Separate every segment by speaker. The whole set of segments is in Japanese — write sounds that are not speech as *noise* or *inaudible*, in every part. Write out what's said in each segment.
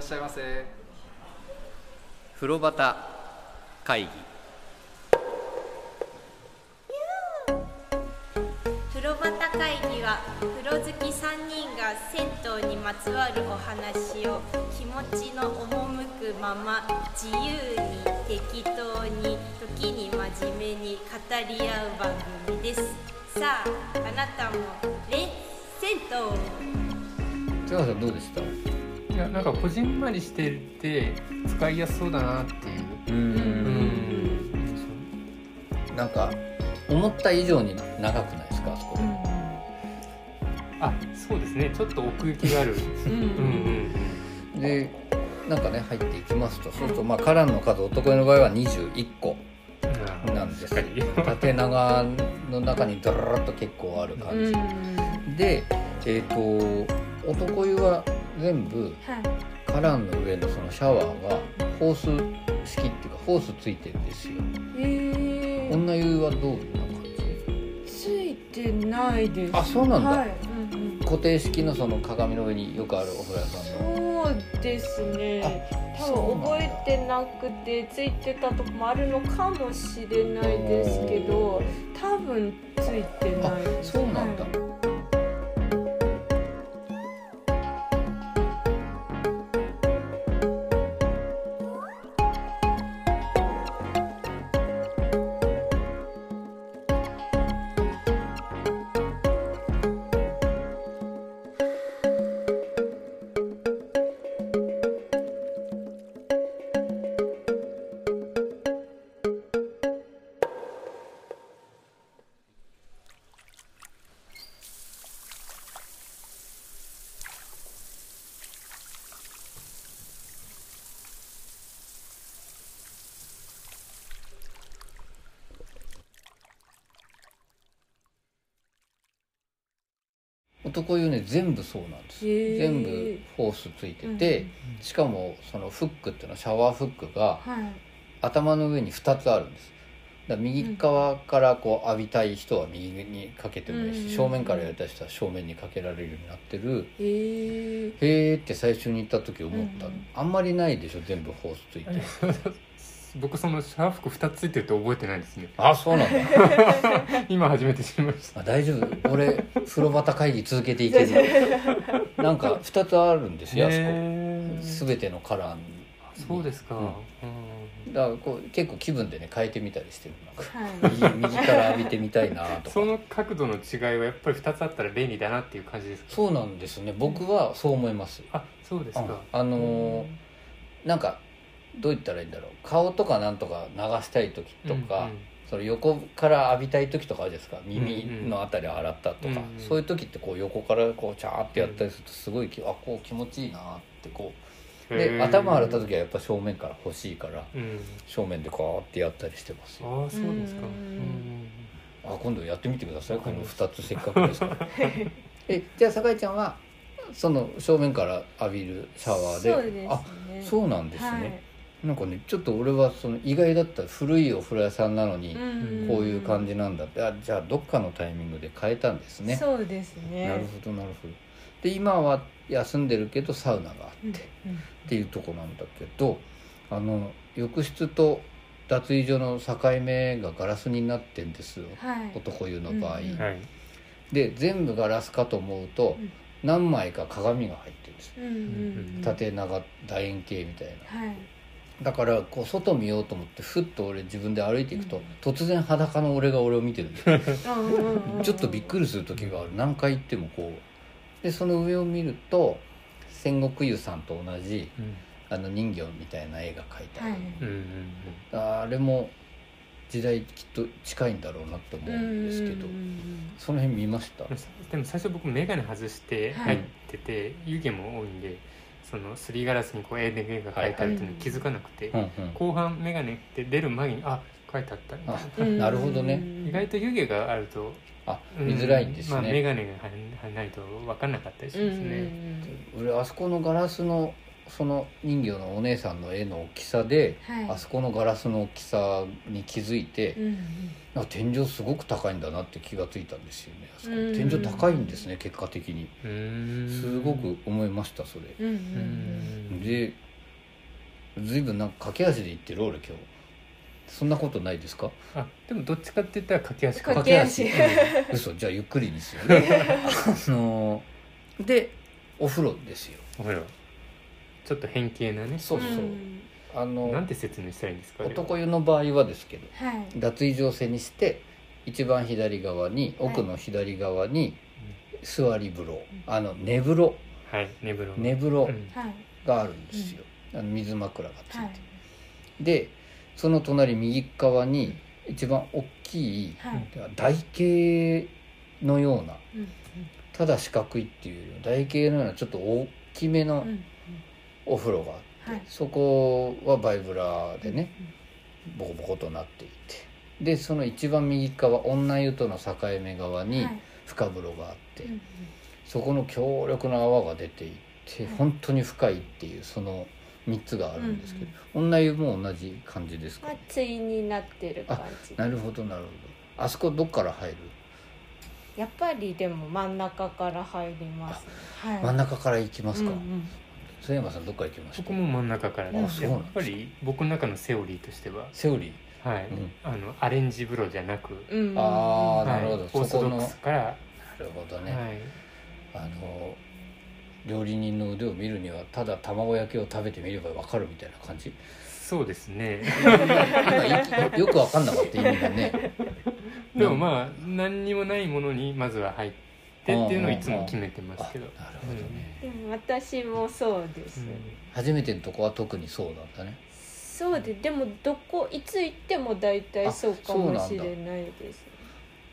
Speaker 1: しゃいませ
Speaker 2: 風呂端会議
Speaker 3: 風呂端会議は風呂好き3人が銭湯にまつわるお話を気持ちの赴くまま自由に適当に時に真面目に語り合う番組ですさああなたもレッ銭湯
Speaker 2: 塚田さんどうでした
Speaker 1: いやなんかこじんまりしてて使いやすそうだなっていうう
Speaker 2: う
Speaker 1: ん
Speaker 2: なんか思った以上に長くないですかあそこ
Speaker 1: あそうですねちょっと奥行きがある *laughs* うんうん
Speaker 2: でなんかね入っていきますとそうするとまあカランの数男湯の場合は21個
Speaker 1: うん
Speaker 2: なんです
Speaker 1: しっかり
Speaker 2: 縦長の中にドラッと結構ある感じ、でえっ、と男湯は全部カランの上のそのシャワーがホース式っていうかホースついてるんですよ
Speaker 4: えー、
Speaker 2: 女湯はどういう感じ
Speaker 4: ついてないです
Speaker 2: あそうなんだ
Speaker 4: はいうん
Speaker 2: 固定式のその鏡の上によくあるお風呂屋さんの
Speaker 4: うん、そうですね多分覚えてなくてついてたとこもあるのかもしれないですけど多分ついてないです
Speaker 2: そうなんだ、
Speaker 4: はい
Speaker 2: 男湯ね全部そうなんです、
Speaker 4: へー
Speaker 2: 全部ホースついてて、しかもそのフックっていうのはシャワーフックが
Speaker 4: はい
Speaker 2: 頭の上に2つあるんですだから右側からこう浴びたい人は右にかけてもいいし、
Speaker 4: うん
Speaker 2: 正面からやりたい人は正面にかけられるようになってる
Speaker 4: えー、
Speaker 2: へーって最初に行った時思った、
Speaker 4: うん
Speaker 2: あんまりないでしょ全部ホースついて
Speaker 1: 僕そのシャー服2つついてるって覚えてないですね
Speaker 2: あそ
Speaker 4: *laughs*
Speaker 2: うなんだ
Speaker 1: 今初めて知りました
Speaker 2: あ大丈夫俺風呂端会議続けていけ
Speaker 4: *laughs*
Speaker 2: るなんか2つあるんですよあそこ
Speaker 1: へー
Speaker 2: 全てのカラーに
Speaker 1: そうですか、
Speaker 2: う
Speaker 1: うんん
Speaker 2: だからこう結構気分でね変えてみたりしてるなんか
Speaker 4: はい
Speaker 2: 右右から浴びてみたいなと
Speaker 1: そ
Speaker 2: か
Speaker 1: の角度の違いはやっぱり2つあったら便利だなっていう感じですか
Speaker 2: そうなんですね僕はそう思います
Speaker 1: あそうです
Speaker 2: うん
Speaker 1: か、
Speaker 2: あのーなんかどう言ったらいいんだろう顔とかなんとか流したい時とか、その横から浴びたい時とかあるじゃないですか耳のあたりを洗った
Speaker 1: う
Speaker 2: とか、
Speaker 1: んうん
Speaker 2: そういう時ってこう横からこうチャーってやったりするとすごいきあこう気持ちいいなってこうで頭洗った
Speaker 1: 時
Speaker 2: 時はやっぱ正面から欲しいから
Speaker 1: うん
Speaker 2: 正面でこうやってやったりしてますよ
Speaker 1: ああそうですか
Speaker 4: う
Speaker 1: うんん
Speaker 2: あ今度やってみてくださいこの2つせっかくですから
Speaker 4: *laughs*
Speaker 2: えじゃあ酒井ちゃんはその正面から浴びるシャワーで
Speaker 4: そうですね
Speaker 2: あそうなんですね、
Speaker 4: はい
Speaker 2: なんかねちょっと俺はその意外だった古いお風呂屋さんなのに、
Speaker 4: ん
Speaker 2: こういう感じなんだってあじゃあどっかのタイミングで変えたんですね
Speaker 4: そうですね
Speaker 2: なるほどなるほどで今は休んでるけどサウナがあ
Speaker 4: うん
Speaker 2: っていうとこなんだけどあの浴室と脱衣所の境目がガラスになってんですよ
Speaker 4: はい
Speaker 2: 男湯の場合、
Speaker 4: うんうん
Speaker 1: はい
Speaker 2: で全部ガラスかと思うと
Speaker 4: うん
Speaker 2: 何枚か鏡が入ってるんです
Speaker 4: うんうんうん
Speaker 2: 縦長楕円形みたいな
Speaker 4: はい
Speaker 2: だからこう外見ようと思ってふっと俺自分で歩いていくと、
Speaker 4: うん
Speaker 2: 突然裸の俺が俺を見てるんです
Speaker 4: うんうんうん
Speaker 2: *laughs* ちょっとびっくりする時がある何回行ってもこうでその上を見ると戦国湯さんと同じ
Speaker 1: うん
Speaker 2: あの人形みたいな絵が描いてあ
Speaker 4: は
Speaker 2: る、
Speaker 4: い
Speaker 1: うんうん
Speaker 2: あれも時代きっと近いんだろうなと思うんですけど、
Speaker 4: うんうんうん
Speaker 2: その辺見ました
Speaker 1: うんでも最初僕眼鏡外して
Speaker 4: はい
Speaker 1: 入ってて、湯気も多いんでそのすりガラスにこう絵で絵が描いてあるっていうのに気づかなくて、
Speaker 2: うん
Speaker 1: 後半眼鏡って出る前にあ書いてあったみたいな
Speaker 2: あ
Speaker 4: うん
Speaker 2: なるほどね
Speaker 4: うん
Speaker 1: 意外と湯気があると
Speaker 2: あ
Speaker 1: うん
Speaker 2: 見づらいんです
Speaker 1: まあ、眼
Speaker 2: ね、
Speaker 1: 鏡がはないと分かんなかったりしますね、
Speaker 4: うんうんうん
Speaker 2: 俺あそこのガラスのその人形のお姉さんの絵の大きさで、
Speaker 4: はい
Speaker 2: あそこのガラスの大きさに気づいて、
Speaker 4: うんうん
Speaker 2: なんか天井すごく高いんだなって気がついたんですよねあそこ
Speaker 4: うん
Speaker 2: 天井高いんですね結果的に
Speaker 1: うーん
Speaker 2: すごく思いましたそれ
Speaker 4: うんう
Speaker 1: うんん
Speaker 2: で随分なんか駆け足で行ってる俺今日そんなことないですか
Speaker 1: あでもどっちかって言ったら駆け足か
Speaker 4: 駆け足
Speaker 2: 駆け足嘘じゃあゆっくりにする
Speaker 4: *laughs*
Speaker 2: ねあのでお風呂ですよ
Speaker 1: お風呂ちょっと変形なね
Speaker 2: そう
Speaker 4: う、
Speaker 2: そうんあ
Speaker 1: な
Speaker 2: の
Speaker 1: んて説明したらいいんですかあれは
Speaker 2: 男湯の場合はですけど
Speaker 4: はい
Speaker 2: 脱衣場制にして一番左側に奥の左側に座り風呂、あの寝風呂
Speaker 1: はい寝風呂
Speaker 2: 寝風呂
Speaker 1: うん
Speaker 4: はい
Speaker 2: があるんですよ、あの水枕がついて、
Speaker 4: はい
Speaker 2: でその隣右側に一番大きい
Speaker 4: はい
Speaker 2: 台形のような
Speaker 4: うん
Speaker 2: ただ四角いっていうよりは台形のようなちょっと大きめ
Speaker 4: う
Speaker 2: の
Speaker 4: んうん
Speaker 2: お風呂があって、
Speaker 4: はい
Speaker 2: そこはバイブラでねボコボコとなっていてでその一番右側女湯との境目側
Speaker 4: うん
Speaker 2: に
Speaker 4: はい
Speaker 2: 深風呂があって、
Speaker 4: うんうん
Speaker 2: そこの強力な泡が出ていて本当に深いっていうその3つがあるんですけど、女湯も同じ感じですか、
Speaker 4: まあ対になってる感じ
Speaker 2: なるほどなるほどあそこどっから入る
Speaker 4: やっぱりでも真ん中から入りますねはい
Speaker 2: 真ん中から行きますか、
Speaker 4: うんうん
Speaker 2: 須山さんどっから行きまし
Speaker 1: そ
Speaker 2: た
Speaker 1: こも真ん中からで
Speaker 2: あ
Speaker 1: す
Speaker 2: そうな
Speaker 1: や
Speaker 2: ん
Speaker 1: っ
Speaker 2: です
Speaker 1: ぱり僕の中のセオリーとしては
Speaker 2: セオリー
Speaker 1: はい
Speaker 2: うん
Speaker 1: あのアレンジ風呂じゃなく
Speaker 4: うんうん
Speaker 1: は
Speaker 2: あー
Speaker 1: い
Speaker 2: なるほど
Speaker 1: オー
Speaker 2: そ
Speaker 1: ソ
Speaker 2: こ
Speaker 1: ド
Speaker 2: の
Speaker 1: ックスから
Speaker 2: なるほどね、
Speaker 1: はい
Speaker 2: あの料理人の腕を見るにはただ卵焼きを食べてみればわかるみたいな *laughs* 感じ
Speaker 1: そうですね
Speaker 2: なんかよよくわかんなかった意味が *laughs* ね
Speaker 1: でもまあ何にもないものにまずは入ってっていうのをいつも決めてま
Speaker 2: あ
Speaker 1: すけど
Speaker 2: なるほどね、
Speaker 4: でも私もそうです、
Speaker 1: う
Speaker 2: 初めてのとこは特にそうなんだね
Speaker 4: そうででもどこいつ行っても大体そうかもしれないです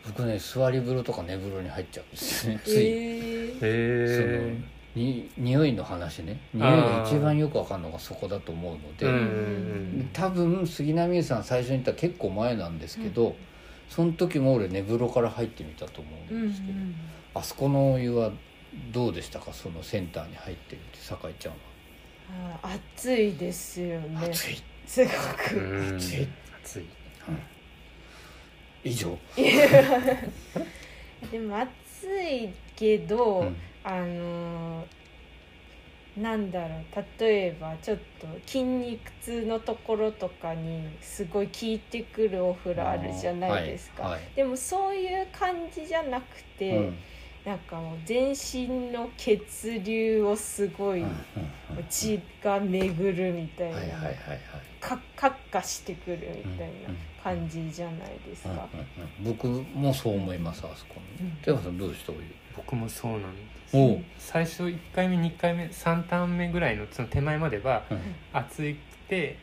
Speaker 2: 僕ね座り風呂とか寝風呂に入っちゃうんですよねつい、
Speaker 4: えー
Speaker 1: んへ
Speaker 2: そのに匂いの話ね匂いが一番よくわかるのがそこだと思うの
Speaker 1: え
Speaker 2: で、
Speaker 1: うん
Speaker 2: 多分杉並さん最初に行った結構前なんですけど、その時も俺寝風呂から入ってみたと思
Speaker 4: う
Speaker 2: うんですけど、
Speaker 4: ん
Speaker 2: あそこのお湯はどうでしたかそのセンターに入ってるって酒井ちゃんは、
Speaker 4: あー暑いですよね
Speaker 2: 暑い
Speaker 4: すご
Speaker 1: う
Speaker 4: く
Speaker 1: ん
Speaker 2: 暑い
Speaker 1: 暑い
Speaker 2: 以上、
Speaker 4: でも暑いけど、
Speaker 2: うん
Speaker 4: あのーなんだろう例えばちょっと筋肉痛のところとかにすごい効いてくるお風呂あるじゃないですか、
Speaker 2: はいはい
Speaker 4: でもそういう感じじゃなくて、
Speaker 2: うん
Speaker 4: なんかもう全身の血流をすごい血が巡るみたい
Speaker 2: はいはいはい
Speaker 4: な、
Speaker 2: はい
Speaker 4: かかっかしてくるみたい
Speaker 2: うんうん
Speaker 4: な感じじゃないです
Speaker 2: うんうん
Speaker 4: か。
Speaker 2: うん僕もそう思いますあそこ
Speaker 4: う
Speaker 2: の
Speaker 4: ん
Speaker 2: 手山さんどうでしたお湯
Speaker 1: 僕もそうなんです
Speaker 2: おう
Speaker 1: 最初1回目2回目3ターン目ぐらいのその手前までは
Speaker 2: うん
Speaker 1: 暑くて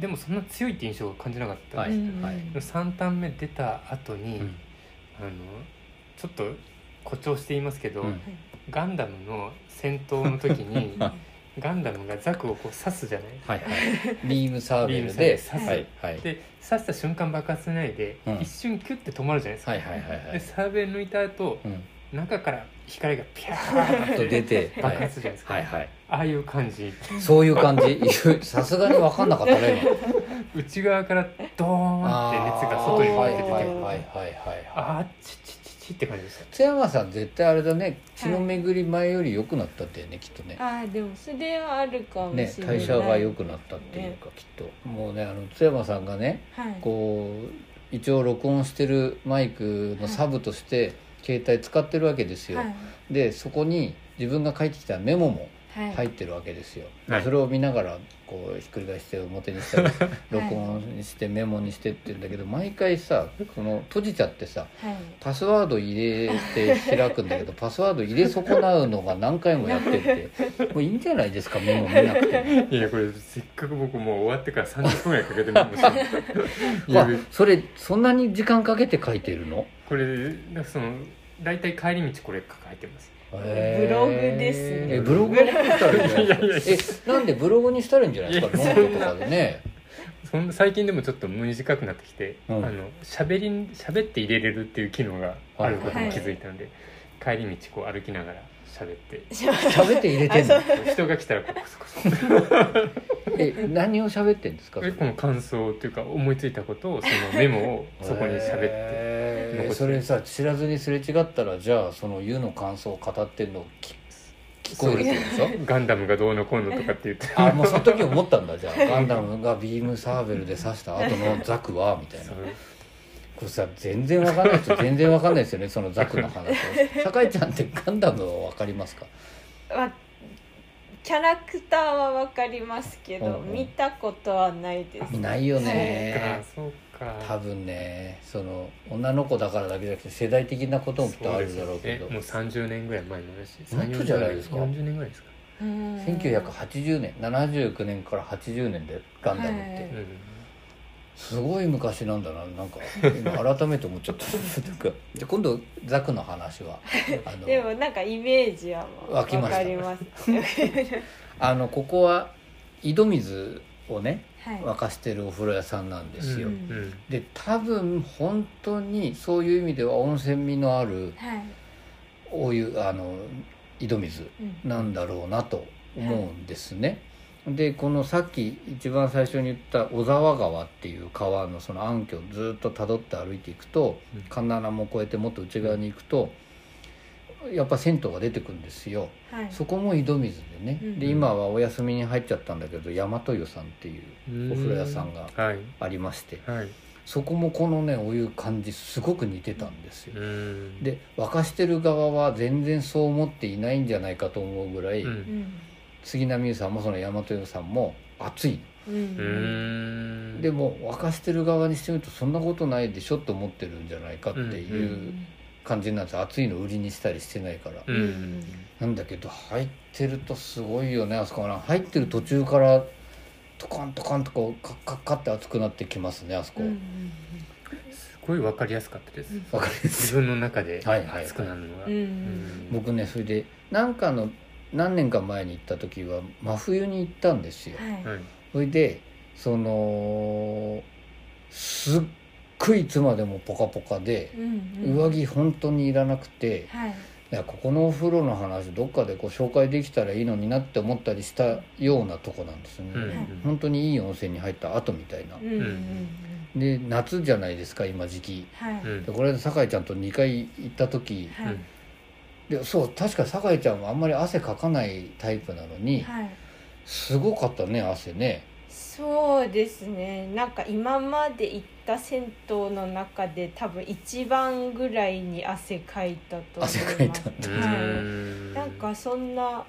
Speaker 1: でもそんな強いって印象は感じなかった、
Speaker 2: はい
Speaker 1: で
Speaker 4: うん
Speaker 2: はい
Speaker 1: も3ターン目出た後に、
Speaker 2: うん
Speaker 1: あのちょっと誇張していますけど、
Speaker 2: うん
Speaker 1: ガンダムの戦闘の時
Speaker 2: *laughs*
Speaker 1: にガンダムがザクをこう刺すじゃない
Speaker 2: はいはいビームサーベル
Speaker 1: ビー
Speaker 2: で
Speaker 1: ムサーベル
Speaker 2: はいはい
Speaker 1: で刺した瞬間爆発しないで、
Speaker 2: うん
Speaker 1: 一瞬キュッて止まるじゃないですか、
Speaker 2: はいはいはいは
Speaker 1: で
Speaker 2: い
Speaker 1: サーベル抜いた後
Speaker 2: うん
Speaker 1: 中から光がピャーっ
Speaker 2: と
Speaker 1: て
Speaker 2: 出ては
Speaker 1: 爆
Speaker 2: い
Speaker 1: 発するじゃないですか、
Speaker 2: はいはい
Speaker 1: ああいう感じ
Speaker 2: そういう感じさすがに分かんなかったね今
Speaker 1: 内側からドーンって熱が外に向
Speaker 2: は
Speaker 1: っ
Speaker 2: い
Speaker 1: て出
Speaker 2: はい
Speaker 1: て
Speaker 2: はい
Speaker 1: くる
Speaker 2: はいはいはい
Speaker 1: あーチッチッチッチッって感じでした
Speaker 2: 津山さん絶対あれだね血の巡り前より良くなったってねきっとね
Speaker 4: ああでもそれはあるかもしれ
Speaker 2: ね
Speaker 4: ない、
Speaker 2: 代謝が良くなったっていうかきっともうねあの津山さんがね
Speaker 4: はい、
Speaker 2: こう一応録音してるマイクのサブとして携帯使ってるわけですよ、
Speaker 4: はい
Speaker 2: でそこに自分が書いてきたメモも
Speaker 4: はい
Speaker 2: 入ってるわけですよ、
Speaker 1: はい
Speaker 2: それを見ながらこうひっくり返して表
Speaker 1: *laughs*
Speaker 2: にしたり録音にしてメモにしてって言うんだけど毎回さこの閉じちゃってさ
Speaker 4: はい
Speaker 2: パスワード入れて開くんだ
Speaker 4: *laughs*
Speaker 2: けどパスワード入れ損なうのが何回もやってて
Speaker 4: *laughs*
Speaker 2: もういいんじゃないですかメモ見なくても
Speaker 1: いやこれせっかく僕もう終わってから30分ぐらいかけてるんです
Speaker 2: *laughs*
Speaker 1: け
Speaker 2: わそれそんなに時間かけて書いてるの
Speaker 1: これなんかその大体帰り道これ書いてます
Speaker 4: ブログですね
Speaker 2: えブログにしたらいいんじゃない
Speaker 1: いやい
Speaker 2: ですかえなんでブログにしたらいいんじゃないですか
Speaker 1: いや
Speaker 2: ノートとかでね
Speaker 1: そん最近でもちょっと短くなってきて、
Speaker 2: うん
Speaker 1: あの喋り喋って入れれるっていう機能があることに気づいたので、帰り道こう歩きながら喋
Speaker 2: *laughs*
Speaker 1: って
Speaker 2: 喋って入れてんの
Speaker 4: あ
Speaker 1: 人が来たらこうコソコソ
Speaker 2: え何を喋ってんですかそ
Speaker 1: え
Speaker 2: れ
Speaker 1: この感想っていうか思いついたことをそのメモをそこに喋って
Speaker 2: へー
Speaker 1: 残して
Speaker 2: それさ知らずにすれ違ったらじゃあそのユウの感想を語ってんのを聞聞こえるってことでしょ
Speaker 1: ガンダムがどうのこうのとかって言って
Speaker 2: あもうその時思ったんだじゃ *laughs* あガンダムがビームサーベルで刺した後のザクはみたい
Speaker 1: *laughs*
Speaker 2: な
Speaker 1: そう
Speaker 2: これさ全然わかんない人全然わかんないですよねそのザクの話 *laughs* 酒井ちゃんってガンダムはわかりますか
Speaker 4: わキャラクターはわかりますけど、
Speaker 2: うんうん
Speaker 4: 見たことはないです
Speaker 2: ないよ
Speaker 1: か
Speaker 2: ね
Speaker 1: そうか
Speaker 2: 多分ねその女の子だからだけじゃなくて世代的なこともきっとあるだろうけど
Speaker 1: そですねえもう30年ぐらい前の話
Speaker 2: もっとじゃないですか
Speaker 1: 40年ぐらいですか、
Speaker 4: うん
Speaker 2: 1980年79年から80年でガンダムっ
Speaker 4: は
Speaker 2: て
Speaker 4: い
Speaker 1: うん
Speaker 2: すごい昔なんだななんか今改めて思っちゃった
Speaker 4: *laughs*
Speaker 2: なんかじゃあ今度ザクの話はあ
Speaker 4: で
Speaker 2: の
Speaker 4: もなんかイメージはもう
Speaker 2: 湧
Speaker 4: わ
Speaker 2: きました
Speaker 4: かります
Speaker 2: あのここは井戸水をね
Speaker 4: はい
Speaker 2: 沸かしてるお風呂屋さんなんですよ、
Speaker 1: うん
Speaker 4: うん
Speaker 1: うん
Speaker 2: で多分本当にそういう意味では温泉味のある
Speaker 4: はい、
Speaker 2: お湯あの井戸水
Speaker 4: うん
Speaker 2: なんだろうなと思うんですね。でこのさっき一番最初に言った小沢川っていう川のその暗渠をずっと辿って歩いていくと
Speaker 1: うん
Speaker 2: 神奈川も越えてもっと内側に行くとやっぱ銭湯が出てくるんですよ。
Speaker 4: はい、
Speaker 2: そこも井戸水でね、
Speaker 4: うん
Speaker 2: で今はお休みに入っちゃったんだけど大和湯さんっていうお風呂屋さんが
Speaker 1: はい
Speaker 2: ありまして
Speaker 1: はい
Speaker 2: そこもこのねお湯感じすごく似てたんですよ。
Speaker 1: うん
Speaker 2: で沸かしてる側は全然そう思っていないんじゃないかと思うぐらい、
Speaker 1: うん
Speaker 4: うん
Speaker 2: 杉並さんもその大和湯さんも熱い、
Speaker 4: う
Speaker 1: うんん
Speaker 2: でも沸かしてる側にしてみるとそんなことないでしょと思ってるんじゃないかっていう感じなんです熱いの売りにしたりしてないから、
Speaker 1: うんうん
Speaker 2: なんだけど入ってるとすごいよねあそこはな入ってる途中からトカントカンとこうカッカッカッって熱くなってきますねあそこ、
Speaker 4: うんうん
Speaker 1: すごいわかりやすかったです
Speaker 2: わかります
Speaker 1: 自分の中で
Speaker 2: はいはい
Speaker 1: 熱くなるのが、
Speaker 4: うん
Speaker 1: うん
Speaker 2: 僕ねそれでなんかの何年か前に行った時は真冬に行ったんですよ、
Speaker 4: はい
Speaker 1: はい
Speaker 2: それでそのすっごいいつまでもポカポカで、
Speaker 4: うんうん
Speaker 2: 上着本当にいらなくて
Speaker 4: はい
Speaker 2: いやここのお風呂の話どっかでこう紹介できたらいいのになって思ったりしたようなとこなんですね、
Speaker 1: うんうん
Speaker 2: 本当にいい温泉に入った後みたいな
Speaker 4: うんうんうん
Speaker 2: で夏じゃないですか今時期
Speaker 4: はい
Speaker 1: うんうん
Speaker 2: でこれで酒井ちゃんと2回行った時
Speaker 4: はい
Speaker 2: でそう確か酒井ちゃんはあんまり汗かかないタイプなのに
Speaker 4: はい
Speaker 2: すごかったね汗ね
Speaker 4: そうですねなんか今まで行った銭湯の中で多分一番ぐらいに汗かいたと思います
Speaker 2: 汗かいたん
Speaker 1: う
Speaker 4: は
Speaker 1: ん
Speaker 4: い、なんかそんな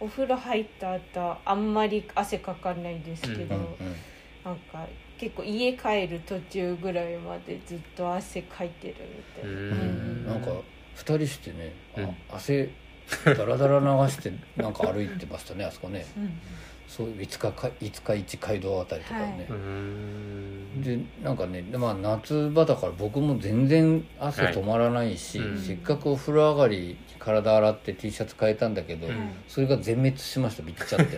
Speaker 4: お風呂入った後あんまり汗かかないですけ
Speaker 2: う
Speaker 4: ど、
Speaker 2: んうん
Speaker 4: なんか結構家帰る途中ぐらいまでずっと汗かいてるみたいな、
Speaker 1: うん
Speaker 4: うん
Speaker 2: なんか2人してね、あ
Speaker 1: うん
Speaker 2: 汗だらだら流して *laughs* なんか歩いてましたねあそこね
Speaker 4: うん
Speaker 2: そう五日か五日市街道あたりとかね、
Speaker 1: うん
Speaker 2: でなんかねでまあ夏場だから僕も全然汗
Speaker 1: はい
Speaker 2: 止まらないし、
Speaker 1: うん
Speaker 2: せっかくお風呂上がり体洗って T シャツ変えたんだけど、
Speaker 1: うん
Speaker 2: それが全滅しましたびっち
Speaker 1: *laughs*
Speaker 2: ゃって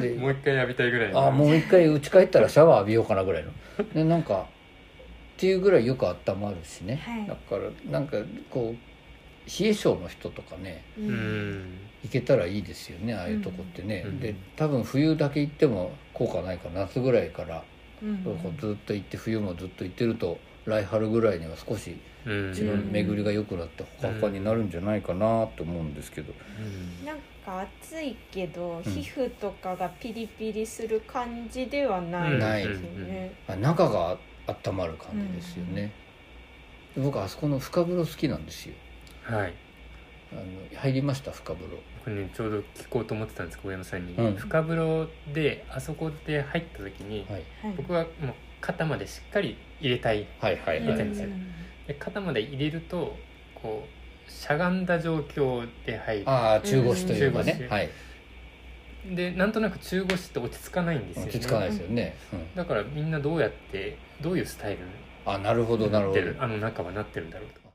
Speaker 2: で
Speaker 1: もう一回やりたいぐらいの
Speaker 2: あもう一回家帰ったらシャワー浴びようかなぐらいのでなんかっていうぐらいよく温まるしね、
Speaker 4: はい
Speaker 2: だからなんかこう冷え性の人とかね
Speaker 4: うん
Speaker 1: うん
Speaker 2: 行けたらいいですよねああいうとこってね、
Speaker 1: うん
Speaker 2: で多分冬だけ行っても効果ないから夏ぐらいから、
Speaker 4: うん
Speaker 2: こうずっと行って冬もずっと行ってると来春ぐらいには少し
Speaker 1: うん
Speaker 2: 自分の巡りが良くなってほかほかになるんじゃないかなと思うんですけど、
Speaker 1: うん
Speaker 4: なんか暑いけど、
Speaker 2: うん
Speaker 4: 皮膚とかがピリピリする感じではない
Speaker 2: ない
Speaker 4: ですよね。
Speaker 2: あ中が温まる感じですよね、で僕あそこの深風呂好きなんですよ
Speaker 1: はい
Speaker 2: あの入りました深風呂
Speaker 1: 僕ねちょうど聞こうと思ってたんですけど上山さんに、
Speaker 2: うん
Speaker 1: 深風呂であそこで入った時に、
Speaker 2: はい
Speaker 4: はい
Speaker 1: 僕はもう肩までしっかり入れたい
Speaker 2: はいはい
Speaker 1: は
Speaker 2: いはいい、
Speaker 1: うんで肩まで入れるとこうしゃがんだ状況で入る
Speaker 2: ああ中腰というか
Speaker 1: 中
Speaker 2: ね
Speaker 1: 腰
Speaker 2: はい
Speaker 1: でなんとなく中腰って落ち着かないんですよ、ね、
Speaker 2: 落ち着かないですよね、うん
Speaker 1: だからみんなどうやってどういうスタイル
Speaker 2: あなるほど
Speaker 1: に
Speaker 2: なる
Speaker 1: な
Speaker 2: ほ
Speaker 1: っ
Speaker 2: ど
Speaker 1: てるあの中はなってるんだろうとか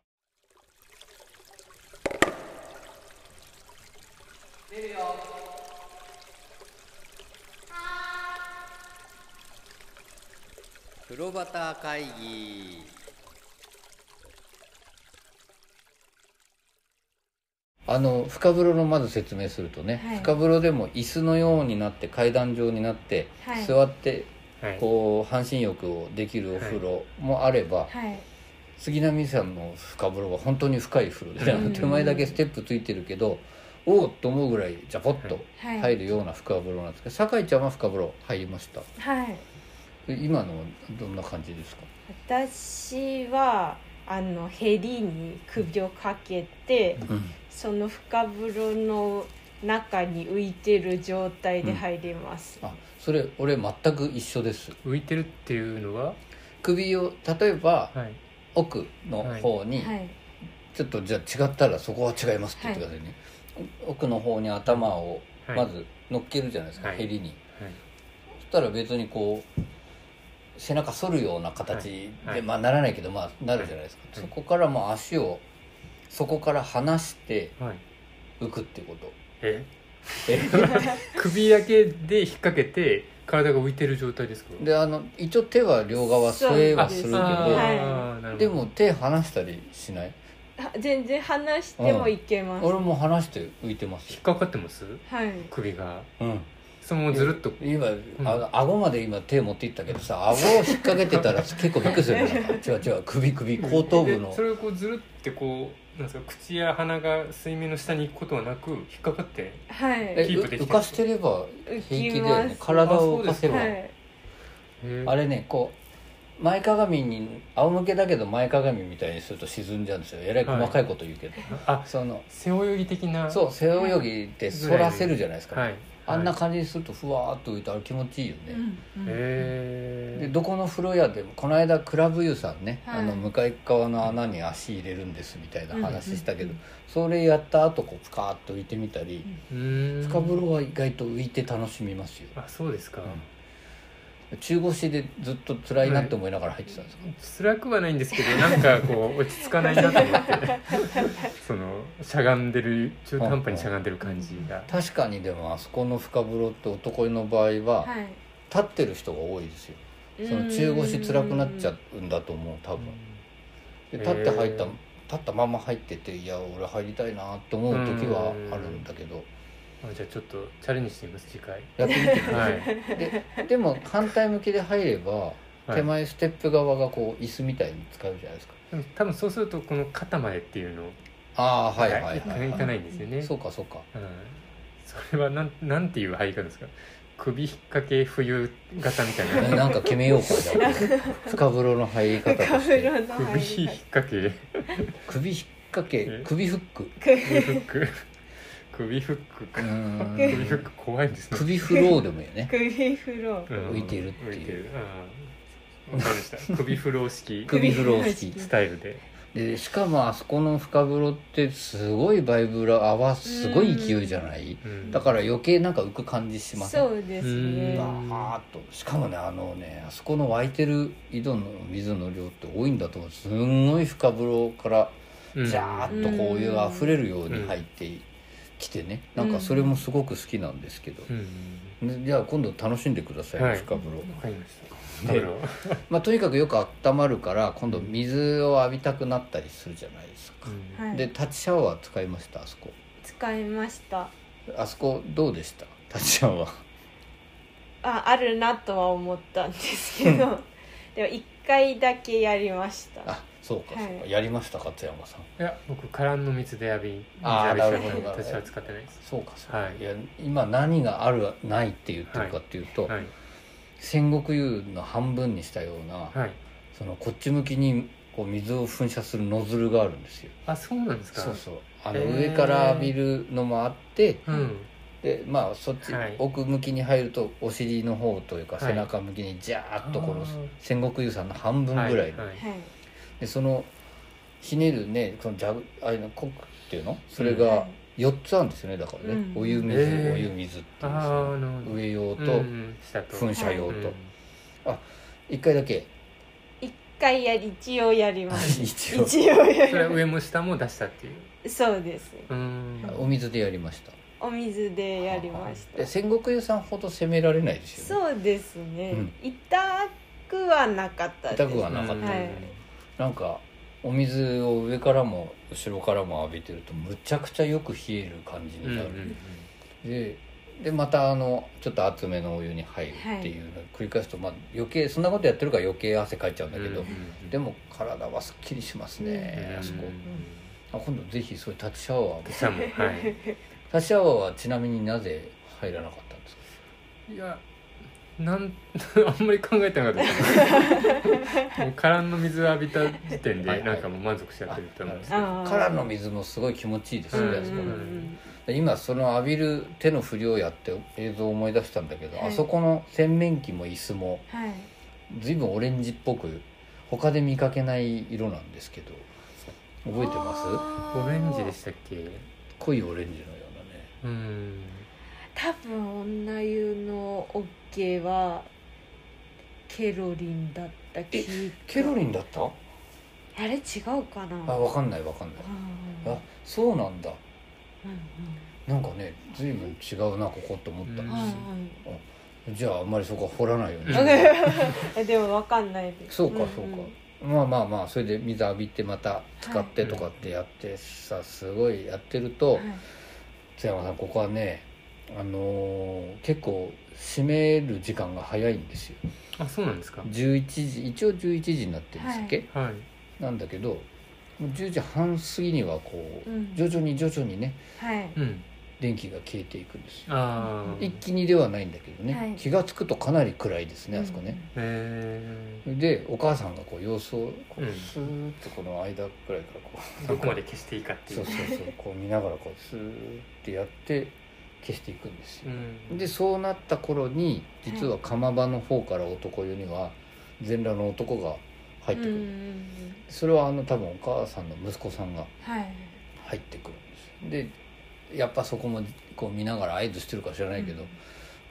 Speaker 2: プロバター会議あの深風呂のまず説明するとね、
Speaker 4: はい
Speaker 2: 深風呂でも椅子のようになって階段状になって、
Speaker 4: はい
Speaker 2: 座って
Speaker 1: はい
Speaker 2: こう半身浴をできるお風呂もあれ
Speaker 4: は
Speaker 2: ば、
Speaker 4: い
Speaker 2: 杉並さんの深風呂は本当に深い風呂で、
Speaker 1: うん
Speaker 2: 手前だけステップついてるけどおおっと思うぐらいジャポッと
Speaker 4: はいはい
Speaker 2: 入るような深風呂なんですけど酒井ちゃんは深風呂入りました
Speaker 4: はい
Speaker 2: で今のはどんな感じですか
Speaker 4: 私はあのヘリに首をかけてその深風呂の中に浮いてる状態で入ります、
Speaker 2: あそれ俺全く一緒です
Speaker 1: 浮いてるっていうのは、
Speaker 2: 首を例えば
Speaker 1: はい、
Speaker 2: 奥の方に、
Speaker 4: はい
Speaker 2: ちょっとじゃあ違ったらそこは違いますって言ってくださいね、奥の方に頭を
Speaker 1: はい
Speaker 2: まず乗っけるじゃないですか、
Speaker 1: はい
Speaker 2: ヘリ
Speaker 1: は
Speaker 2: に
Speaker 1: い
Speaker 2: そしたら別にこう背中反るような形で、
Speaker 1: はいはい
Speaker 2: まあならないけどまあなるじゃないですか、
Speaker 1: はい
Speaker 2: そこからもう足をそこから離して
Speaker 1: はい、
Speaker 2: 浮くってこと
Speaker 1: え
Speaker 2: え
Speaker 1: *laughs* 首だけで引っ掛けて体が浮いてる状態ですか
Speaker 2: であの一応手は両側添えはするけど、
Speaker 4: そうです
Speaker 1: あーなるほど
Speaker 2: でも手離したりしない
Speaker 4: あ全然離してもいけます、
Speaker 2: 俺も離して浮いてます
Speaker 1: 引
Speaker 2: よ
Speaker 1: っ、かかってます
Speaker 4: はい
Speaker 1: 首が
Speaker 2: うん、
Speaker 1: そのままずるっと
Speaker 2: 今、あ顎まで今手持っていったけどさ顎を引っ掛けてたら結構びっくりするよね違う違う首首後頭部
Speaker 1: で
Speaker 2: の
Speaker 1: それをこうずるってこうなんですか口や鼻が水面の下に行くことはなく引っかかって
Speaker 4: はい
Speaker 2: え
Speaker 1: キープできてる
Speaker 2: 浮かしてれば平気だよ
Speaker 4: 浮きま
Speaker 2: ね
Speaker 4: す
Speaker 2: 体を浮かせば
Speaker 4: は
Speaker 2: あ,、
Speaker 4: い
Speaker 1: へー
Speaker 2: れねこう前かがみに仰向けだけど前かがみみたいにすると沈んじゃうんですよえらい細かいこと言うけど、
Speaker 1: あ
Speaker 2: その
Speaker 1: 背泳ぎ的な
Speaker 2: そう背泳ぎって反らせるじゃないですか、
Speaker 1: はい
Speaker 2: あんな感じにするとふわーっと浮いたら気持ちいいよね、
Speaker 4: うんうん
Speaker 2: で
Speaker 1: へ
Speaker 2: どこの風呂屋でもこの間クラブ湯さんね、
Speaker 4: はい
Speaker 2: あの向かい側の穴に足入れるんですみたいな
Speaker 4: うん
Speaker 2: 話したけど、
Speaker 4: うんうん
Speaker 2: それやった後こうプカーッと浮いてみたり、
Speaker 1: えー
Speaker 2: 深風呂は意外と浮いて楽しみますよ、
Speaker 1: あそうですか
Speaker 2: 中腰でずっと辛いなって思いながら入ってたんですか、
Speaker 1: 辛くはないんですけどなんかこう落ち着かないなと思って
Speaker 2: *laughs*
Speaker 1: そのしゃがんでる中途半端にしゃがんでる感じが
Speaker 2: 確かにでもあそこの深風呂って男湯の場合は、
Speaker 4: はい
Speaker 2: 立ってる人が多いですよその中腰辛くなっちゃうんだと思う多分で立って入った
Speaker 1: へー
Speaker 2: 立ったまま入ってていや俺入りたいなと思う時はあるんだけど
Speaker 1: あじゃあちょっとチャレンジしてみます次回
Speaker 2: やってみてくだ
Speaker 1: は
Speaker 2: さい
Speaker 1: *laughs* い
Speaker 2: ででも反対向きで入れば、
Speaker 1: はい
Speaker 2: 手前ステップ側がこう椅子みたいに使うじゃないですか
Speaker 1: でも多分そうするとこの肩までっていうの
Speaker 2: ああはいはい
Speaker 1: い
Speaker 2: はい、
Speaker 1: か
Speaker 2: は、
Speaker 1: ないいんですよね
Speaker 2: そうかそうか
Speaker 1: うんそれはなんなんていう入り方ですか首引っ掛け冬型みたい
Speaker 2: え
Speaker 1: な
Speaker 2: なんか決めようかじゃあ深風呂の入り方と
Speaker 4: 深
Speaker 2: し
Speaker 4: 風
Speaker 2: て
Speaker 4: 呂の入
Speaker 1: 首
Speaker 4: り
Speaker 1: 引っ
Speaker 4: 方
Speaker 1: 掛け
Speaker 2: 首引っ掛け
Speaker 1: え
Speaker 2: 首フック
Speaker 1: 首フック首フック
Speaker 2: う
Speaker 1: か首フッ
Speaker 2: ーん
Speaker 1: ク怖いんですね
Speaker 2: 首フローでもいいよ
Speaker 1: *laughs*
Speaker 2: ね
Speaker 4: 首風呂
Speaker 1: うん
Speaker 2: 浮いてるっていう
Speaker 1: 浮いてるあーわかりました首フロー式
Speaker 2: 首フロー式
Speaker 1: スタイルで
Speaker 2: でしかもあそこの深風呂ってすごいバイブラ泡すごい勢いじゃない
Speaker 1: うん
Speaker 2: だから余計なんか浮く感じします
Speaker 4: そうですね
Speaker 1: う
Speaker 2: バ
Speaker 1: ん
Speaker 2: ーッとしかもねあのねあそこの湧いてる井戸の水の量って多いんだと思うすんごい深風呂から
Speaker 1: うん
Speaker 2: ジャーッとこうお湯が溢れるように入ってきてね、
Speaker 4: うん
Speaker 2: なんかそれもすごく好きなんですけど、
Speaker 1: うん
Speaker 2: でじゃあ今度楽しんでください、
Speaker 1: はい
Speaker 2: 深風呂、
Speaker 1: わかりました
Speaker 2: で
Speaker 1: なるほど
Speaker 2: まあ、とにかくよく温まるから今度水を浴びたくなったりするじゃないですか、
Speaker 1: うん
Speaker 4: はい
Speaker 2: で立ちシャワー使いましたあそこ
Speaker 4: 使いました
Speaker 2: あそこどうでした立ちシャワー *laughs*
Speaker 4: ああるなとは思ったんですけど *laughs* でも一回だけやりました
Speaker 2: あそうかそうか、
Speaker 4: はい
Speaker 2: やりました勝山さん
Speaker 1: いや僕空の水で浴び水
Speaker 2: あー
Speaker 1: 浴びし
Speaker 2: なるほど
Speaker 1: たので私は使ってないです
Speaker 2: そうかそうか、
Speaker 1: はいい、
Speaker 2: や今何があるないって言ってるかっていうと、
Speaker 1: はい
Speaker 2: 戦国湯の半分にしたような、
Speaker 1: はい
Speaker 2: そのこっち向きにこう水を噴射するノズルがあるんですよ
Speaker 1: あそうなんですか
Speaker 2: そうそうあの
Speaker 1: へー
Speaker 2: 上から浴びるのもあって
Speaker 1: うん
Speaker 2: でまあそっち、
Speaker 1: はい
Speaker 2: 奥向きに入るとお尻の方というか
Speaker 1: はい
Speaker 2: 背中向きにジャーッとこの
Speaker 1: あー
Speaker 2: 戦国湯さんの半分ぐらいの、
Speaker 1: はいはい
Speaker 4: はい
Speaker 2: でそのひねるねそのジャグあれのコックっていうのそれ
Speaker 4: は
Speaker 2: が
Speaker 4: い
Speaker 2: 4つあるんですよねだからね、
Speaker 4: うん
Speaker 2: お湯水、
Speaker 1: へー
Speaker 2: お湯水っていう
Speaker 1: ああなるほど
Speaker 2: 上用と、
Speaker 1: うん下と
Speaker 2: 噴射用
Speaker 1: うん
Speaker 2: と、一1回だけ
Speaker 4: 一回やり一応やりまし
Speaker 2: *laughs* 一
Speaker 4: た
Speaker 2: 応
Speaker 4: 一応や
Speaker 1: それは
Speaker 4: り
Speaker 1: 上も下も出したっていう
Speaker 4: そうです
Speaker 1: うん
Speaker 2: お水でやりました
Speaker 4: お水でやりまし
Speaker 2: で
Speaker 4: た
Speaker 2: 戦国湯さんほど攻められないですよね
Speaker 4: そうですね
Speaker 2: うん
Speaker 4: 痛くはなかったです
Speaker 2: 痛くはなかった、
Speaker 1: うん
Speaker 4: はい
Speaker 2: なんかお水を上からも後ろからも浴びてるとむちゃくちゃよく冷える感じ
Speaker 1: うんう
Speaker 2: に
Speaker 1: ん
Speaker 2: なる、ででまたあのちょっと熱めのお湯に入るっていうのを繰り返すと、まあ、余計そんなことやってるから余計汗かいちゃうんだ
Speaker 1: うん
Speaker 2: けど、
Speaker 1: うんうん
Speaker 2: でも体はすっきりしますね、あそこ
Speaker 1: う
Speaker 2: あ今度ぜひそういう立ちシャワ
Speaker 1: *laughs*
Speaker 2: ー
Speaker 1: んシャも
Speaker 2: *laughs*
Speaker 1: はい
Speaker 2: 立ちシャワーはちなみになぜ入らなかったんですか
Speaker 1: いやなん *laughs* あんまり考えてなかっ
Speaker 2: *laughs*
Speaker 1: たもう空の水を浴びた時点
Speaker 2: はい
Speaker 1: で
Speaker 2: はい
Speaker 1: なんかもう満足しちゃってると思うんですよ
Speaker 4: あー
Speaker 2: からの水もすごい気持ちいいですよね、
Speaker 1: うん
Speaker 2: あそこ
Speaker 1: う
Speaker 2: ね
Speaker 1: ん
Speaker 2: 今その浴びる手の不良やって映像を思い出したんだけど、
Speaker 4: はい
Speaker 2: あそこの洗面器も椅子も
Speaker 4: はい
Speaker 2: 随分オレンジっぽく他で見かけない色なんですけど覚えてます
Speaker 1: オレンジで
Speaker 4: た
Speaker 1: したっけ
Speaker 2: 濃いオレンジのようなね
Speaker 1: うん
Speaker 4: 多分女湯のオッケーはケロリンだった気
Speaker 2: ケロリンだった
Speaker 4: あれ違うかな
Speaker 2: あ分かんない分かんない
Speaker 4: うん
Speaker 2: あそうなんだ
Speaker 4: うん
Speaker 2: なんかね随分違うなここと思った
Speaker 4: うんん
Speaker 2: で
Speaker 4: はい
Speaker 2: す、じゃああんまりそこは掘らないように
Speaker 1: うん
Speaker 4: はいでもわかんないです
Speaker 2: そうか
Speaker 4: んん
Speaker 2: そうか、まあまあまあそれで水浴びてまた使ってとかってやってさすごいやってると、
Speaker 4: はい
Speaker 2: 津山さんここはねあのー結構閉める時間が早いんですよ
Speaker 1: あそうなんですか
Speaker 2: 11時一応11時になってるんですっけ、
Speaker 1: はい
Speaker 2: なんだけどもう10時半過ぎにはこう、
Speaker 4: うん
Speaker 2: 徐々に徐々にね
Speaker 4: はい
Speaker 1: うん
Speaker 2: 電気が消えていくんですよ
Speaker 1: ああ
Speaker 2: 一気にではないんだけどね、
Speaker 4: はい
Speaker 2: 気が付くとかなり暗いですねあそこね、
Speaker 1: え
Speaker 2: でお母さんがこう様子をこ
Speaker 1: うん
Speaker 2: うスーッとこの間くらいからこう
Speaker 1: ーどこまで消していいかってい
Speaker 2: そう
Speaker 1: う
Speaker 2: そうそうこう見ながらこうスーってやって消していくんですよ、
Speaker 1: うん
Speaker 2: でそうなった頃に実は釜場の方から男湯には全裸の男が入ってくる、
Speaker 4: うんうんうん
Speaker 2: それはあの多分お母さんの息子さんが
Speaker 4: はい
Speaker 2: 入ってくるんですよでやっぱそこもこう見ながら合図してるか知らないけど、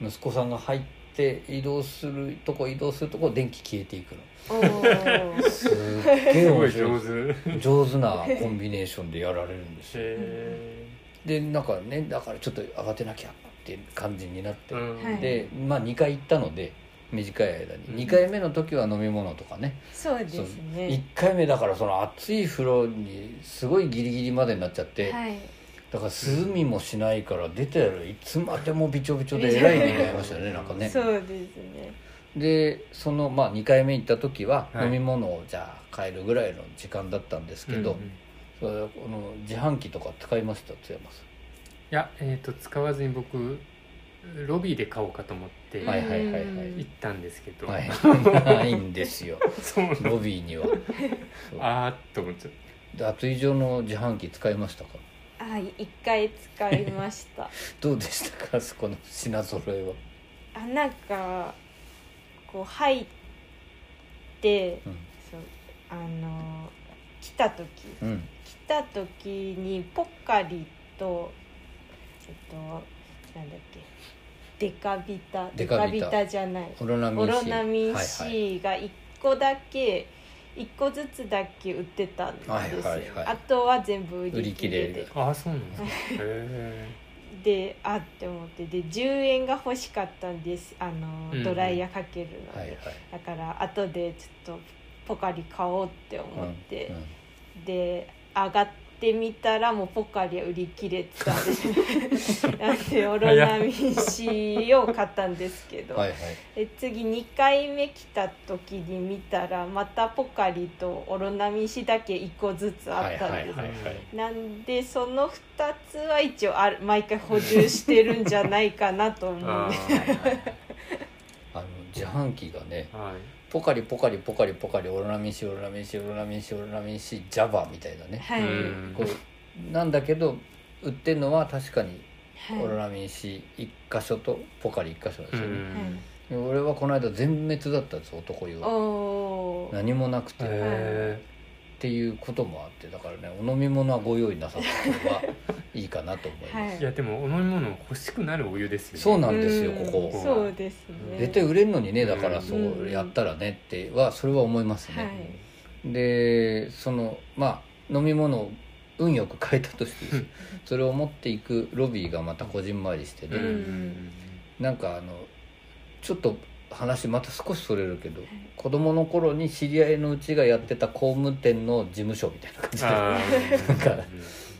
Speaker 2: 息子さんが入って移動するとこ移動するとこ電気消えていくの
Speaker 4: おー
Speaker 2: すっげえ
Speaker 1: すご
Speaker 2: 面
Speaker 1: い
Speaker 2: 白
Speaker 1: 上
Speaker 2: い
Speaker 1: 手
Speaker 2: 上手なコンビネーションでやられるんですよ
Speaker 1: へ
Speaker 2: でなんかねだからちょっと慌てなきゃっていう感じになって、
Speaker 1: ーうん
Speaker 4: はい
Speaker 2: でまあ2回行ったので短い間に、
Speaker 1: うん
Speaker 2: 2回目の時は飲み物とかね、
Speaker 4: そうです
Speaker 2: 1
Speaker 4: ね
Speaker 2: 回目だからその暑い風呂にすごいギリギリまでになっちゃって、
Speaker 4: はい
Speaker 2: だから涼みもしないから出てるいつまでもびちょびちょでえらい目に遭いましたよねなんかね
Speaker 4: そうですね
Speaker 2: でそのまあ2回目行った時は
Speaker 1: はい
Speaker 2: 飲み物をじゃあ買えるぐらいの時間だったんですけど、
Speaker 1: うんうんい
Speaker 2: それこの自販機とか使いました津山さん
Speaker 1: やえっと使わずに僕ロビーで買おうかと思って
Speaker 2: はい
Speaker 1: 行
Speaker 2: はいはいはい
Speaker 4: うん
Speaker 1: ったんですけど
Speaker 2: はい、ないんですよ
Speaker 1: そうなの
Speaker 2: ロビーには
Speaker 1: ああと思っちゃっ
Speaker 2: 脱衣所の自販機使いましたか
Speaker 4: あい一回使いました
Speaker 2: どうでしたかそこの品揃えは、
Speaker 4: あなんかこう入って
Speaker 2: うん
Speaker 4: そうあの来た時
Speaker 2: うん、
Speaker 4: 来た時にポカリとえっとなんだっけデカビタ
Speaker 2: デカビタ
Speaker 4: じゃない
Speaker 2: オロナミン
Speaker 4: オロ
Speaker 2: C
Speaker 4: ナミン
Speaker 2: はいはい
Speaker 4: C が1個だけ1個ずつだけ売ってたんですよ、
Speaker 2: はいはいはい
Speaker 4: あとは全部売り切れ
Speaker 2: 売り切れ
Speaker 4: で
Speaker 1: たああそうなんですかへ
Speaker 4: であって思ってで10円が欲しかったんですあの、
Speaker 1: うん
Speaker 4: ドライヤーかけるので、
Speaker 2: はいはい
Speaker 4: だから後でちょっとポカリ買おうって思って、
Speaker 2: うんうん
Speaker 4: で上がってみたらもうポカリは売り切れてたんですなんでオロナミン C を買ったんですけど、
Speaker 2: はいはい
Speaker 4: で次2回目来た時に見たらまたポカリとオロナミン C だけ1個ずつあ
Speaker 2: は
Speaker 4: っ
Speaker 2: い
Speaker 4: たんです、
Speaker 2: はいはいはい
Speaker 4: なんでその2つは一応ある毎回補充してるんじゃないかなと思
Speaker 1: え
Speaker 4: う
Speaker 1: あ
Speaker 2: あの自販機がね
Speaker 1: あはい
Speaker 2: ポカリポカリポカリポカリオロナミン C オロナミン C オロナミン C オロナミン C ジャバみたいなね
Speaker 4: はい、
Speaker 1: うん
Speaker 2: こうなんだけど売ってるのは確かにオロ
Speaker 4: はい、
Speaker 2: ナミン C1 箇所とポカリ1箇所なんで
Speaker 1: う
Speaker 2: すよね、
Speaker 1: ん
Speaker 2: で俺はこの間全滅だったんです男湯
Speaker 4: お
Speaker 2: は
Speaker 4: お
Speaker 2: 何もなくて、っ
Speaker 1: へ
Speaker 2: ていうこともあってだからねお飲み物はご用意なさった方がいいかなと思います、
Speaker 4: はい
Speaker 1: えいやでもお飲み物欲しくなるお湯ですよね
Speaker 2: そうなんですよここ
Speaker 4: そうですね
Speaker 2: 絶対売れるのにねだから
Speaker 1: うん
Speaker 2: そうやったらねってはそれは思います
Speaker 4: は
Speaker 2: ね、でそのまあ飲み物を運よく買えたとし
Speaker 4: *laughs*
Speaker 2: てですねそれを持っていくロビーがまたこじんまりしてて、
Speaker 1: うん
Speaker 4: ん
Speaker 2: なんかあのちょっと話また少しそれるけど子供の頃に知り合いのうちがやってた工務店の事務所みたいな感じで
Speaker 1: あー
Speaker 2: なんか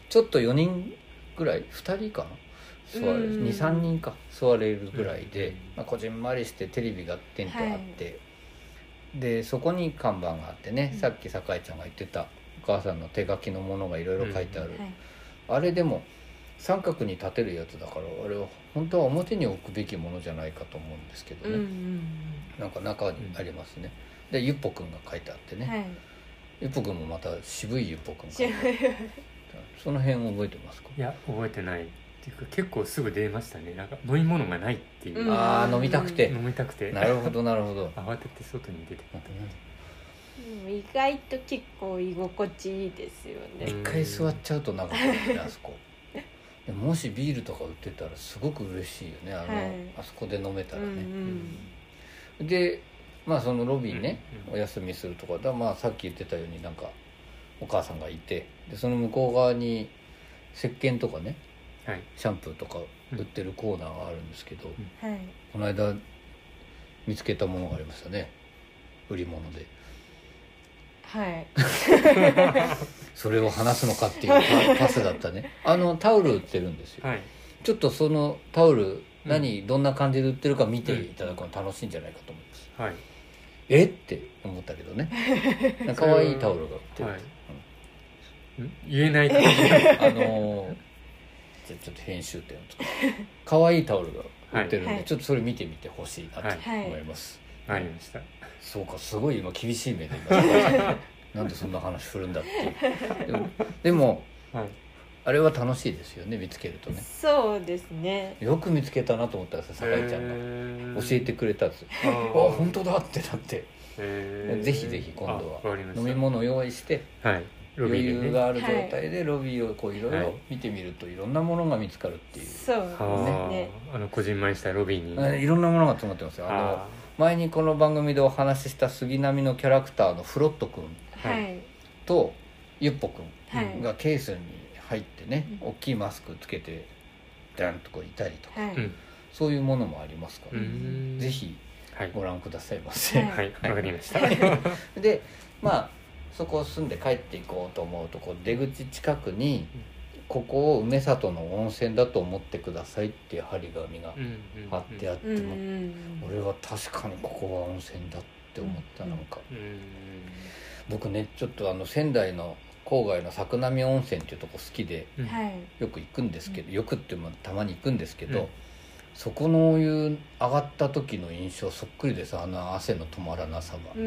Speaker 2: ちょっと4人ぐらい2人かな座れ
Speaker 4: うん
Speaker 2: 23人か座れるぐらいで、
Speaker 1: うん
Speaker 2: まあ、こじんまりしてテレビがテントあって、でそこに看板があってね、
Speaker 4: うん
Speaker 2: さっき酒井ちゃんが言ってたお母さんの手書きのものがいろいろ書いてある、
Speaker 1: うん
Speaker 4: はい
Speaker 2: あれでも三角に立てるやつだからあれは本当は表に置くべきものじゃないかと思うんですけど
Speaker 4: うん
Speaker 2: ね、
Speaker 4: うん
Speaker 2: なんか中にありますね。でゆっぽくんが書いてあって
Speaker 4: う
Speaker 2: ね、
Speaker 4: んはい
Speaker 2: ゆっぽくんもまた渋いゆっぽくんが書
Speaker 4: じゃ
Speaker 2: いてあってその辺覚えてますか
Speaker 1: いや覚えてないっていうか結構すぐ出ましたねなんか飲み物がないっていう、
Speaker 4: うん
Speaker 2: ああ飲みたくて、
Speaker 1: 飲みたくて
Speaker 2: なるほどなるほど
Speaker 1: 慌てて外に出て
Speaker 4: あでも意外と結構居心地いいですよね
Speaker 2: 一回座っちゃうと長くなるねあそこでもしビールとか売ってたらすごく嬉しいよねあの、
Speaker 4: はい
Speaker 2: あそこで飲めた
Speaker 4: うん
Speaker 2: ら
Speaker 4: う
Speaker 2: ね、
Speaker 4: ん
Speaker 2: でまあそのロビーね、
Speaker 1: うんうん
Speaker 2: お休みするとかだまあさっき言ってたようになんかお母さんがいてでその向こう側に石鹸とかね
Speaker 1: はい
Speaker 2: シャンプーとか売ってるコーナーがあるんですけど、
Speaker 4: はい
Speaker 2: この間見つけたものがありましたね売り物で
Speaker 4: はい
Speaker 2: それを話すのかってい
Speaker 4: *laughs*
Speaker 2: うパパスだったねあのタオル売ってるんですよ
Speaker 1: はい
Speaker 2: ちょっとそのタオル何、どんな感じで売ってるか見ていただくの楽しいんじゃないかと思います、
Speaker 1: はい
Speaker 2: えって思ったけど
Speaker 4: *laughs*
Speaker 2: ねなんか可愛いタオルが売ってる、
Speaker 1: はいん言えないから
Speaker 2: あのーじゃあちょっと編集点を
Speaker 4: *laughs*
Speaker 2: 作って可愛いタオルが売ってるんで、
Speaker 4: はい
Speaker 2: ちょっとそれ見てみてほしいなと
Speaker 4: はい
Speaker 2: 思います、
Speaker 1: ありま
Speaker 2: *laughs*
Speaker 1: した
Speaker 2: そうかすごい今厳しい目で今なんでそんな話するんだっていうでもでも
Speaker 1: はい
Speaker 2: あれは楽しいですよね見つけるとね
Speaker 4: そうですね
Speaker 2: よく見つけたなと思ったらさ酒井ちゃんが
Speaker 1: ん
Speaker 2: 教えてくれたんですよ
Speaker 1: あ
Speaker 2: あ本当だってなって
Speaker 1: え
Speaker 2: ぜひぜひ今度は
Speaker 1: あわかりました
Speaker 2: 飲み物を用意して
Speaker 1: はいロビ
Speaker 2: 余
Speaker 1: ーで
Speaker 2: 裕
Speaker 1: ね
Speaker 2: がある状態でロビーをこういろい
Speaker 1: は
Speaker 2: ろ
Speaker 1: い
Speaker 2: 見てみるといろんなものが見つかるっていう
Speaker 4: そうです
Speaker 1: あ
Speaker 4: ね
Speaker 1: ーあのこじんまりしたロビーに
Speaker 2: あいろんなものが詰まってますよあの
Speaker 1: あ
Speaker 2: 前にこの番組でお話しした杉並のキャラクターのフロットくん
Speaker 1: は
Speaker 4: はいい
Speaker 2: とゆっぽくん
Speaker 4: はい
Speaker 2: がケースに入ってね、
Speaker 4: う
Speaker 2: 大きいマスクつけてダンとこういたりとか、
Speaker 4: はい
Speaker 1: うん
Speaker 2: そういうものもありますか
Speaker 1: う
Speaker 2: ら、
Speaker 1: ん
Speaker 2: ぜひ
Speaker 1: はい
Speaker 2: ご覧くださいませ、
Speaker 4: は
Speaker 1: はいわかりました
Speaker 2: でまあそこを住んで帰っていこうと思うとこう出口近くに
Speaker 1: うん
Speaker 2: ここを梅里の温泉だと思ってくださいっていう張り紙が貼ってあ
Speaker 1: っ
Speaker 2: って
Speaker 4: うんう
Speaker 2: も、
Speaker 4: ん
Speaker 2: 俺は確かにここは温泉だって思ったなんか、僕ねちょっとあの仙台の郊外の作並温泉っていうとこ好きで
Speaker 1: て
Speaker 4: はい
Speaker 2: よく行くんですけど、よくっていうのはたまに行くんですけど、
Speaker 1: うん
Speaker 2: そこのお湯上がった時の印象そっくりですあの汗の止まらなさが、
Speaker 4: うん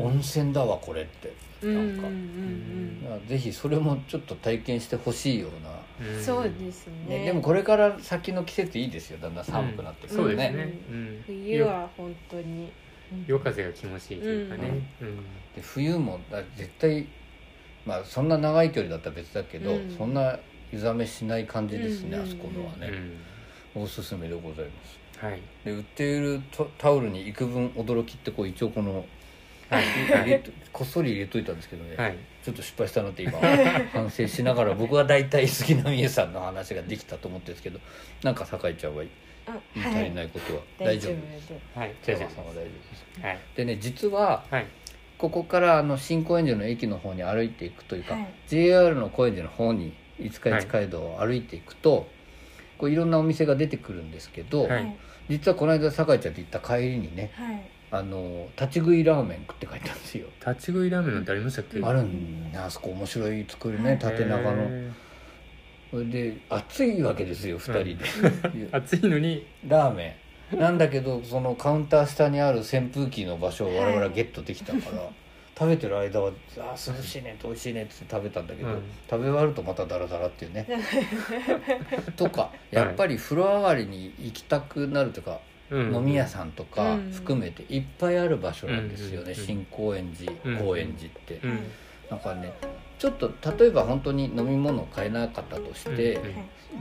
Speaker 4: うん
Speaker 2: 温泉だわこれって
Speaker 4: うん
Speaker 2: な
Speaker 4: うんん
Speaker 2: か、
Speaker 4: うん
Speaker 2: まあぜひそれもちょっと体験してほしいよう
Speaker 4: う
Speaker 2: な、
Speaker 4: んそうですね
Speaker 2: ねでもこれから先の季節いいですよだんだん寒くなってく
Speaker 1: そう
Speaker 2: る
Speaker 1: です
Speaker 2: ね、
Speaker 1: ねうん
Speaker 4: 冬は本当に
Speaker 1: 夜風が気持ちいいというかねうん
Speaker 2: で冬もだ絶対まあそんな長い距離だったら別だけど、
Speaker 4: うん
Speaker 2: そんな湯冷めしない感じですね、
Speaker 4: うん
Speaker 2: あそこのは
Speaker 1: う
Speaker 2: ね、
Speaker 1: ん
Speaker 2: おすすめでございます
Speaker 1: はい
Speaker 2: で売っているタタオルに幾分驚きってこう一応この
Speaker 1: はい
Speaker 2: 入れとこっそり入れといたんですけどね、
Speaker 1: はい
Speaker 2: ちょっと失敗したなって今反省しながら僕は大体杉並家さんの話ができたと思ってるんですけどなんか酒井ちゃんは
Speaker 4: あ
Speaker 2: 言い
Speaker 4: は
Speaker 2: 足り
Speaker 4: い
Speaker 2: ないことは
Speaker 4: 大
Speaker 2: 大丈
Speaker 4: 丈
Speaker 2: 夫
Speaker 4: 夫
Speaker 2: です
Speaker 4: で
Speaker 1: はい
Speaker 2: 酒
Speaker 1: 大
Speaker 2: 井
Speaker 1: 丈
Speaker 2: さ
Speaker 1: 夫
Speaker 2: んは大丈夫です
Speaker 1: はい
Speaker 2: でね実は
Speaker 1: はい
Speaker 2: ここからあの新高円寺の駅の方に歩いていくというか、
Speaker 4: はい
Speaker 2: JR の高円寺の方に五日市街道を歩いていくと、い、こういろんなお店が出てくるんですけど、
Speaker 1: はい
Speaker 2: 実はこの間酒井ちゃんと行った帰りにね
Speaker 4: はい
Speaker 2: あの立ち食いラーメン食って帰ったんですよ、
Speaker 1: 立ち食いラーメンなんてありましたっけ
Speaker 2: あるんだねあそこ面白い作り
Speaker 4: は
Speaker 2: ね
Speaker 4: い
Speaker 2: 縦長の。
Speaker 1: へ
Speaker 2: それで暑いわけですよ2人で、
Speaker 1: ー暑いのに
Speaker 2: ラーメンなんだけどそのカウンター下にある扇風機の場所を我
Speaker 4: は
Speaker 2: 々
Speaker 4: い
Speaker 2: ゲットできたから、食べてる間は「あー涼しいね」と「美味しいね」って食べたんだけど、
Speaker 1: うん
Speaker 2: 食べ終わるとまたダラダラっていうねとかやっぱり風呂上がりに行きたくなるとか、飲
Speaker 1: 飲
Speaker 2: み屋さんとか
Speaker 4: うん
Speaker 2: 含めていっぱいある場所なんですよ
Speaker 1: う
Speaker 2: ね、
Speaker 1: ん
Speaker 2: 新高円寺、
Speaker 1: うん
Speaker 2: 高円寺って、
Speaker 1: うんうん
Speaker 2: なんかねちょっと例えば本当に飲み物を買えなかったとして、
Speaker 1: うん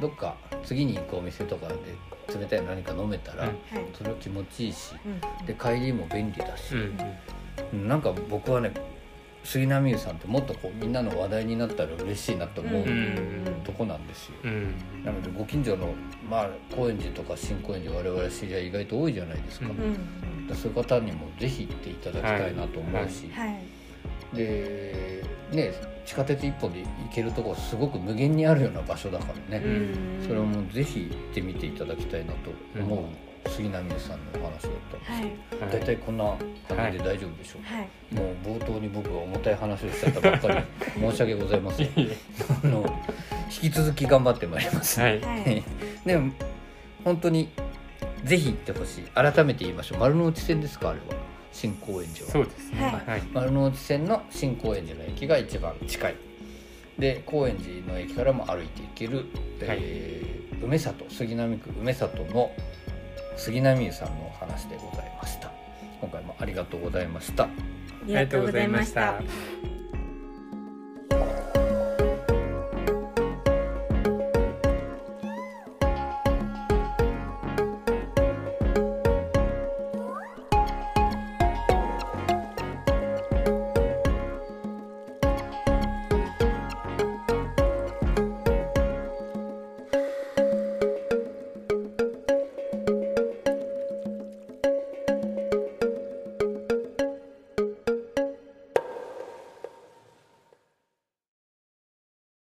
Speaker 2: どっか次に行くお店とかで冷たい何か飲めたら、
Speaker 1: うん
Speaker 4: はい
Speaker 2: それは気持ちいいし
Speaker 4: うん
Speaker 2: で帰りも便利だし
Speaker 1: う、ん
Speaker 2: なんか僕はね杉並優さんってもっとこうみんなの話題になったら嬉しいなと思う、
Speaker 1: ん
Speaker 2: とこなんですよ。
Speaker 1: うん
Speaker 2: なのでご近所の、まあ、高円寺とか新高円寺我々知り合い意外と多いじゃないですか,、
Speaker 1: うん
Speaker 2: だからそういう方にもぜひ行っていただきたいなと思うし、
Speaker 4: はい
Speaker 2: で、ね、地下鉄一本で行けるとこすごく無限にあるような場所だからね、それをもうぜひ行ってみていただきたいなと思う、杉並さんのお話だったんです
Speaker 4: はい
Speaker 1: はい
Speaker 2: 大体こんな感じで大丈夫でしょうか、
Speaker 4: はい
Speaker 2: もう冒頭に僕が重たい話をしちゃったばっかり申し訳ございません
Speaker 1: いい
Speaker 2: あの引き続き頑張ってまいりま
Speaker 1: *laughs*
Speaker 2: す、
Speaker 1: はい
Speaker 4: はい
Speaker 2: *laughs* でも本当にぜひ行ってほしい改めて言いましょう丸の内線ですかあれは新高円寺は
Speaker 1: そうですね
Speaker 4: はい
Speaker 1: はい
Speaker 2: 丸の内線の新高円寺の駅が一番近いで高円寺の駅からも歩いて行ける、えー梅里杉並区梅里の杉並湯さんのお話でございました今回もありがとうございました
Speaker 4: ありがとうございました。